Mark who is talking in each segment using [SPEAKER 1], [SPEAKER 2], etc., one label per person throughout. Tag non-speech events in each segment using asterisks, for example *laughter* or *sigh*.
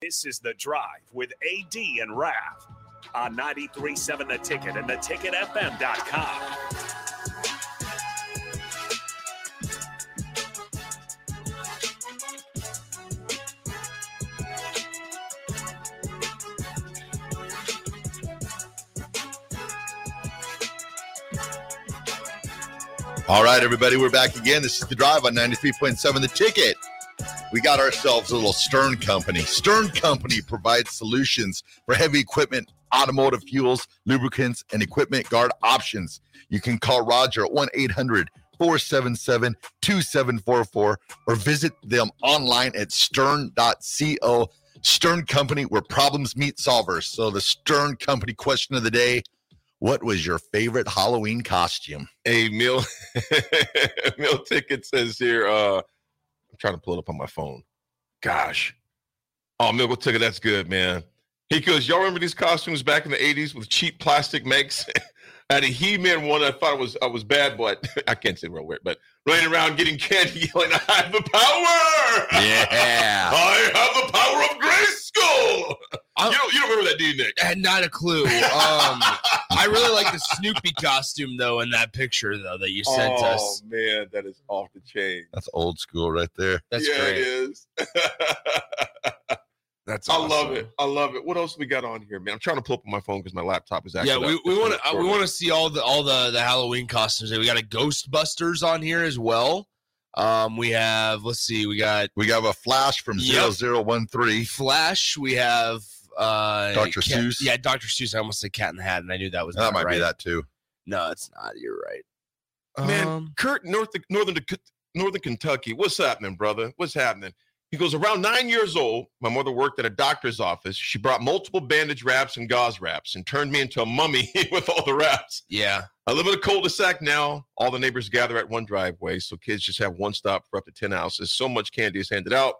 [SPEAKER 1] This is The Drive with AD and Raf on 937 The Ticket and theticketfm.com.
[SPEAKER 2] All right, everybody, we're back again. This is the drive on 93.7 The Ticket. We got ourselves a little Stern Company. Stern Company provides solutions for heavy equipment, automotive fuels, lubricants, and equipment guard options. You can call Roger at 1 800 477 2744 or visit them online at stern.co. Stern Company, where problems meet solvers. So, the Stern Company question of the day What was your favorite Halloween costume?
[SPEAKER 3] Hey, Mill Mill *laughs* Ticket says here, uh I'm trying to pull it up on my phone. Gosh. Oh, Mill Ticket, that's good, man. He goes, Y'all remember these costumes back in the 80s with cheap plastic makes? *laughs* I had a He-Man one I thought was I was bad, but *laughs* I can't say real word, but running around getting candy *laughs* yelling, I have the power!
[SPEAKER 2] Yeah.
[SPEAKER 3] *laughs* I have the power of Grayskull!
[SPEAKER 4] I'm-
[SPEAKER 3] You don't, you don't remember that, do you, Nick?
[SPEAKER 4] I had not a clue. Um, I really like the Snoopy costume though in that picture though that you sent
[SPEAKER 3] oh,
[SPEAKER 4] us.
[SPEAKER 3] man, that is off the chain.
[SPEAKER 2] That's old school right there.
[SPEAKER 4] That's
[SPEAKER 3] yeah,
[SPEAKER 4] great.
[SPEAKER 3] it is. *laughs*
[SPEAKER 5] That's
[SPEAKER 3] I love it. I love it. What else we got on here, man? I'm trying to pull up on my phone because my laptop is actually.
[SPEAKER 4] Yeah, we,
[SPEAKER 3] up.
[SPEAKER 4] we want to we want to see all the all the the Halloween costumes. We got a Ghostbusters on here as well. Um, we have let's see, we got
[SPEAKER 2] We have a flash from
[SPEAKER 4] Yep.
[SPEAKER 2] 0013.
[SPEAKER 4] Flash. We have uh,
[SPEAKER 2] Dr.
[SPEAKER 4] Cat-
[SPEAKER 2] Seuss.
[SPEAKER 4] Yeah, Dr. Seuss. I almost said Cat in the Hat, and I knew that was
[SPEAKER 2] That
[SPEAKER 4] not
[SPEAKER 2] might be
[SPEAKER 4] right.
[SPEAKER 2] that too.
[SPEAKER 4] No, it's not. You're right.
[SPEAKER 3] Man,
[SPEAKER 4] Um,
[SPEAKER 3] Kurt, North, Northern, Dec- Northern Kentucky. What's happening, brother? What's happening? He goes around nine years old. My mother worked at a doctor's office. She brought multiple bandage wraps and gauze wraps and turned me into a mummy *laughs* with all the wraps.
[SPEAKER 4] yeah,
[SPEAKER 3] I live in a cul-de-sac now. All the neighbors gather at one driveway, so kids just have one stop for up to 10 houses. So much candy is handed out.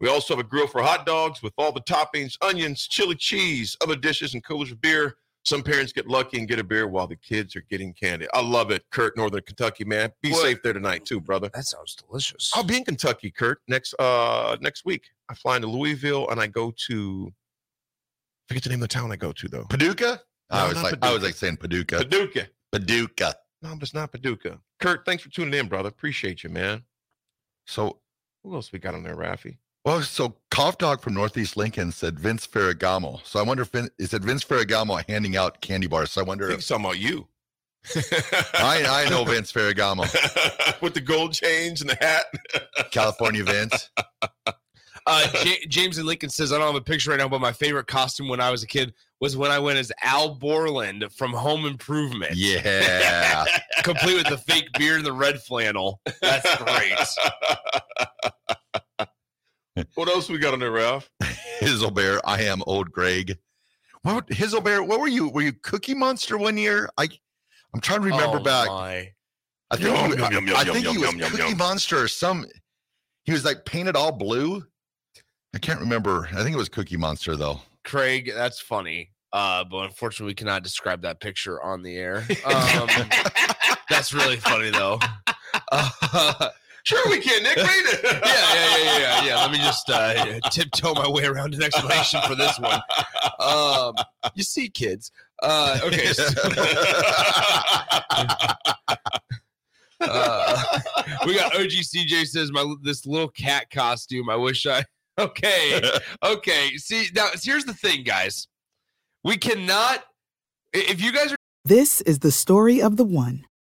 [SPEAKER 3] We also have a grill for hot dogs with all the toppings, onions, chili cheese, other dishes, and coolers of beer. Some parents get lucky and get a beer while the kids are getting candy. I love it, Kurt, Northern Kentucky, man. Be
[SPEAKER 4] What-
[SPEAKER 3] safe there tonight, too, brother.
[SPEAKER 4] that sounds delicious.
[SPEAKER 3] I'll be in Kentucky, Kurt, next uh next week. I fly into Louisville and I go to I forget the name of the town I go to though.
[SPEAKER 2] Paducah?
[SPEAKER 3] No,
[SPEAKER 2] I was
[SPEAKER 3] not
[SPEAKER 2] like I was like saying Paducah.
[SPEAKER 3] Paducah.
[SPEAKER 2] Paducah.
[SPEAKER 3] No, but it's not Paducah. Kurt, thanks for tuning in, brother. Appreciate you, man.
[SPEAKER 2] So
[SPEAKER 3] Who else we got on there, Rafi?
[SPEAKER 2] well, so Cough Dog from Northeast Lincoln said Vince Ferragamo. So I wonder if Vin, is it Vince Ferragamo handing out candy bars? So I
[SPEAKER 3] I
[SPEAKER 2] wonder
[SPEAKER 3] think *laughs* he's
[SPEAKER 2] if
[SPEAKER 3] talking about you.
[SPEAKER 2] I, I know Vince Ferragamo,
[SPEAKER 3] With the gold chains and the hat.
[SPEAKER 2] California Vince.
[SPEAKER 4] Uh, J- James and Lincoln says, I don't have a picture right now, but my favorite costume when I was a kid was when I went as Al Borland from Home Improvement,
[SPEAKER 2] Yeah.
[SPEAKER 4] complete with the fake beard and the red flannel. That's
[SPEAKER 2] *laughs*
[SPEAKER 4] great.
[SPEAKER 3] What else we got on there, Ralph?
[SPEAKER 2] Hizzlebear, I am old Greg. What Hizzlebear, what were you? Were you Cookie Monster one year? I I'm trying to remember
[SPEAKER 4] Oh,
[SPEAKER 2] back.
[SPEAKER 4] my.
[SPEAKER 2] I think,
[SPEAKER 3] Yum,
[SPEAKER 2] he,
[SPEAKER 3] yum,
[SPEAKER 2] I-
[SPEAKER 3] yum, yum,
[SPEAKER 2] I think
[SPEAKER 3] yum,
[SPEAKER 2] he was
[SPEAKER 3] yum, yum,
[SPEAKER 2] Cookie
[SPEAKER 3] yum.
[SPEAKER 2] Monster or some. He was like painted all blue. I can't remember. I think it was Cookie Monster though.
[SPEAKER 4] Craig, that's funny. Uh, but unfortunately, we cannot describe that picture on the air. Um,
[SPEAKER 2] *laughs*
[SPEAKER 4] that's really funny, though. Uh, *laughs*
[SPEAKER 3] Sure we can, Nick. Read it.
[SPEAKER 4] yeah, yeah, yeah, yeah, yeah, yeah. Let me just uh, tiptoe my way around an explanation for this one. Um, you see, kids. Uh,
[SPEAKER 3] *laughs*
[SPEAKER 4] okay. *laughs* so- Uh, *laughs* we got OGCJ says my this little cat costume. I wish I. *laughs* Okay, okay. See now, here's the thing, guys. We cannot. i- If you guys are
[SPEAKER 6] This is the story of the one.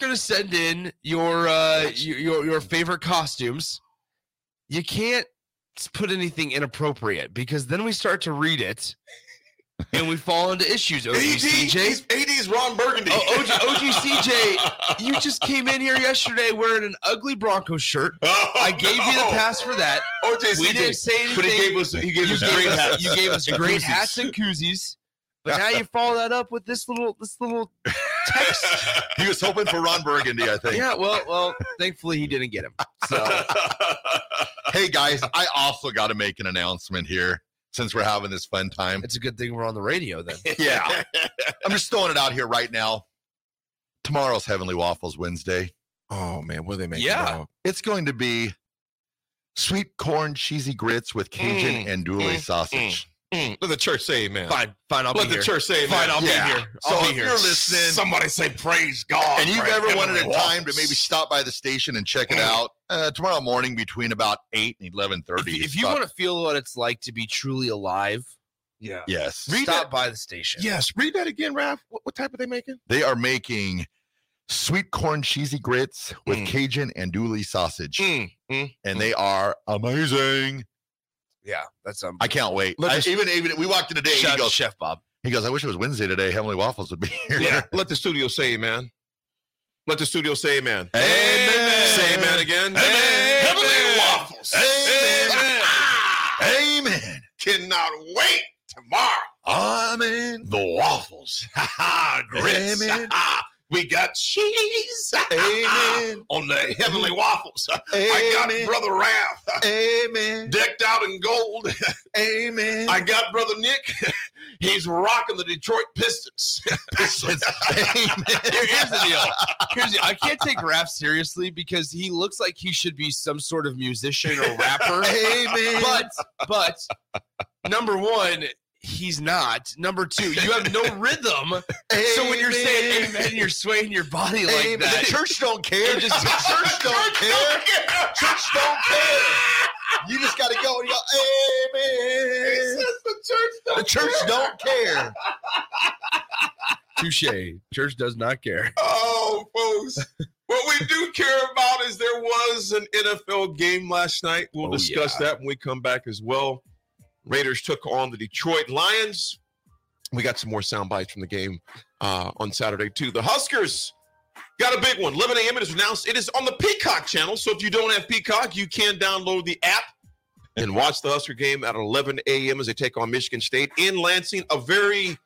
[SPEAKER 4] going to send in your uh your, your your favorite costumes, you can't s- put anything inappropriate because then we start to read it, and we fall into issues. OGCJ,
[SPEAKER 3] AD's, AD's Ron Burgundy.
[SPEAKER 4] Oh, OG OGCJ, you just came in here yesterday wearing an ugly Bronco shirt.
[SPEAKER 3] *laughs* Oh,
[SPEAKER 4] *laughs* I gave you the
[SPEAKER 3] no.
[SPEAKER 4] pass for that.
[SPEAKER 3] OJ
[SPEAKER 4] We
[SPEAKER 3] CJ.
[SPEAKER 4] didn't say anything.
[SPEAKER 3] But he gave us he gave
[SPEAKER 4] you,
[SPEAKER 3] us
[SPEAKER 4] gave
[SPEAKER 3] great
[SPEAKER 4] us,
[SPEAKER 3] hats.
[SPEAKER 4] you gave us
[SPEAKER 3] And
[SPEAKER 4] great
[SPEAKER 3] koozies.
[SPEAKER 4] hats and koozies. But now you follow that up with this little this little text.
[SPEAKER 2] He was hoping for Ron Burgundy, I think.
[SPEAKER 4] yeah, well, well, thankfully he didn't get him.
[SPEAKER 3] *laughs*
[SPEAKER 4] So
[SPEAKER 2] Hey guys, I also got to make an announcement here since we're having this fun time.
[SPEAKER 4] it's a good thing we're on the radio then.
[SPEAKER 2] Yeah. I'm just throwing it out here right now. Tomorrow's Heavenly Waffles Wednesday.
[SPEAKER 3] *laughs* oh man, what are they making?
[SPEAKER 4] Yeah.
[SPEAKER 3] dog?
[SPEAKER 2] It's going to be sweet corn cheesy grits with Cajun
[SPEAKER 3] Mm,
[SPEAKER 2] and Dooley
[SPEAKER 3] mm,
[SPEAKER 2] sausage.
[SPEAKER 3] Mm, let the church say amen.
[SPEAKER 4] Fine, fine, I'll
[SPEAKER 3] Let
[SPEAKER 4] be
[SPEAKER 3] the
[SPEAKER 4] here.
[SPEAKER 3] church say amen.
[SPEAKER 4] Fine, I'll
[SPEAKER 2] Yeah.
[SPEAKER 4] be here.
[SPEAKER 2] So
[SPEAKER 4] I'll
[SPEAKER 2] if
[SPEAKER 4] be here.
[SPEAKER 2] you're listening-
[SPEAKER 3] Somebody say praise God.
[SPEAKER 2] And you've
[SPEAKER 3] for
[SPEAKER 2] ever wanted a
[SPEAKER 3] heavenly
[SPEAKER 2] time to
[SPEAKER 3] waffles.
[SPEAKER 2] maybe stop by the station and check it
[SPEAKER 3] Mm.
[SPEAKER 2] out uh, tomorrow morning between about 8 and 11.30.
[SPEAKER 4] If, if you want to feel what it's like to be truly alive,
[SPEAKER 3] Yeah.
[SPEAKER 2] Yes.
[SPEAKER 3] Read
[SPEAKER 4] stop
[SPEAKER 3] it.
[SPEAKER 4] by the station.
[SPEAKER 3] Yes. Read that again, Ralph. What, what type are they making?
[SPEAKER 2] They are making sweet corn cheesy grits with
[SPEAKER 3] Mm.
[SPEAKER 2] Cajun and Dooley sausage.
[SPEAKER 3] Mm, mm.
[SPEAKER 2] and they are amazing.
[SPEAKER 4] yeah, that's um.
[SPEAKER 2] I can't wait.
[SPEAKER 3] Let
[SPEAKER 2] I-
[SPEAKER 3] us-
[SPEAKER 2] even even we walked in today. and
[SPEAKER 4] Chef,
[SPEAKER 2] He goes,
[SPEAKER 4] Chef Bob.
[SPEAKER 2] he goes. I wish it was Wednesday today. Heavenly Waffles would be *laughs* here.
[SPEAKER 3] Yeah. Let the studio say amen. Let the studio say amen.
[SPEAKER 2] Amen.
[SPEAKER 3] Say amen again.
[SPEAKER 2] Amen. Heavenly
[SPEAKER 3] waffles.
[SPEAKER 2] Amen. Amen.
[SPEAKER 3] Cannot wait tomorrow.
[SPEAKER 2] Amen.
[SPEAKER 3] The waffles. Ha ha. Grits.
[SPEAKER 2] Amen.
[SPEAKER 3] Ha-ha. We got cheese.
[SPEAKER 2] Amen.
[SPEAKER 3] On the heavenly waffles. I got
[SPEAKER 2] Amen.
[SPEAKER 3] Brother Raph
[SPEAKER 2] Amen.
[SPEAKER 3] decked out in gold.
[SPEAKER 2] Amen.
[SPEAKER 3] I got Brother Nick. He's rocking the Detroit Pistons.
[SPEAKER 2] Pistons.
[SPEAKER 3] *laughs*
[SPEAKER 2] Amen.
[SPEAKER 4] Here's the deal. Here's the, I can't take rap seriously because he looks like he should be some sort of musician or
[SPEAKER 2] *laughs*
[SPEAKER 4] rapper.
[SPEAKER 2] Amen.
[SPEAKER 4] but but number one, he's not. Number two, you have
[SPEAKER 2] *laughs*
[SPEAKER 4] no rhythm. So when you're saying amen, you're swaying your body like
[SPEAKER 2] Amen.
[SPEAKER 4] that.
[SPEAKER 2] the church don't care. *laughs*
[SPEAKER 4] It just-
[SPEAKER 2] church don't care. Church don't care. You just got to go and go. Amen.
[SPEAKER 3] the church don't
[SPEAKER 2] The church
[SPEAKER 3] care.
[SPEAKER 2] don't care.
[SPEAKER 4] *laughs* Touche. Church does not care.
[SPEAKER 3] Oh, folks. what we do care about is there was an NFL game last night. We'll
[SPEAKER 4] Oh,
[SPEAKER 3] discuss that when we come back as well. Raiders took on the Detroit Lions. We got some more sound bites from the game uh, on Saturday, too. The Huskers got a big one. 11 a.m. It is announced. It is on the Peacock channel. So if you don't have Peacock, you can download the app and watch the Husker game at 11 a.m. as they take on Michigan State in Lansing. A very,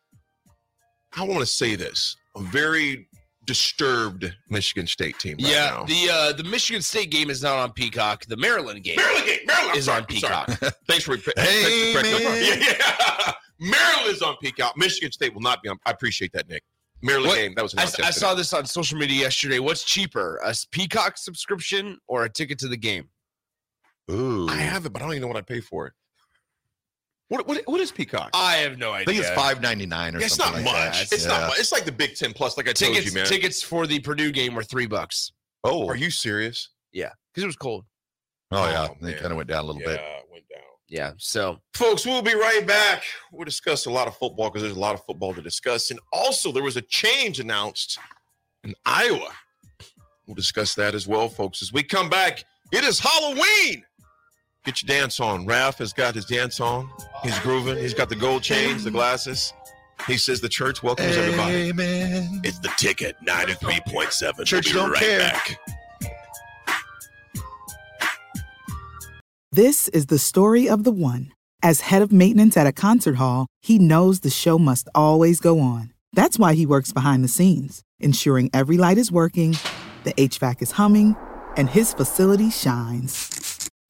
[SPEAKER 3] I want to say this, a very disturbed Michigan State team. Right
[SPEAKER 4] yeah,
[SPEAKER 3] Now.
[SPEAKER 4] the uh, the Michigan State game is not on Peacock. The Maryland game
[SPEAKER 3] Maryland game. Maryland I'm
[SPEAKER 4] is
[SPEAKER 3] sorry,
[SPEAKER 4] on
[SPEAKER 3] I'm sorry.
[SPEAKER 4] Peacock.
[SPEAKER 3] *laughs* Thanks for hey, thanks for
[SPEAKER 2] man.
[SPEAKER 3] correcting- *laughs* yeah, yeah. Maryland is on peak out. Michigan State will not be on. I appreciate that, Nick. Maryland
[SPEAKER 4] What?
[SPEAKER 3] game. That was
[SPEAKER 4] I,
[SPEAKER 3] announced
[SPEAKER 4] I
[SPEAKER 3] yesterday.
[SPEAKER 4] saw this on social media yesterday. What's cheaper, a s- Peacock subscription or a ticket to the game?
[SPEAKER 2] Ooh.
[SPEAKER 3] I have it, but I don't even know what I pay for it. What what, what is Peacock?
[SPEAKER 4] I have no idea.
[SPEAKER 2] I think it's five ninety nine or
[SPEAKER 3] it's not
[SPEAKER 2] something.
[SPEAKER 3] much.
[SPEAKER 2] like that.
[SPEAKER 3] It's
[SPEAKER 2] Yeah.
[SPEAKER 3] not much. It's like the Big Ten Plus. Like I told
[SPEAKER 4] tickets.
[SPEAKER 3] you, man.
[SPEAKER 4] tickets for the Purdue game were three bucks
[SPEAKER 2] Oh,
[SPEAKER 3] Are you serious?
[SPEAKER 4] because it was cold.
[SPEAKER 2] oh yeah.
[SPEAKER 3] Oh,
[SPEAKER 2] they
[SPEAKER 3] man.
[SPEAKER 2] kind of went down a little bit.
[SPEAKER 3] Yeah, it went down.
[SPEAKER 4] Yeah. So
[SPEAKER 3] Folks, we'll be right back. We'll discuss a lot of football because there's a lot of football to discuss. And also, there was a change announced in Iowa. We'll discuss that as well, folks. As we come back, it is Halloween. Get your dance on. Ralph has got his dance on. He's grooving. He's got the gold chains, the glasses. He says the church welcomes everybody.
[SPEAKER 2] Amen.
[SPEAKER 3] It's the ticket, 93.7.
[SPEAKER 2] Church don't care.
[SPEAKER 3] back.
[SPEAKER 6] This is the story of the one. As head of maintenance at a concert hall, he knows the show must always go on. That's why he works behind the scenes, ensuring every light is working, the HVAC is humming, and his facility shines.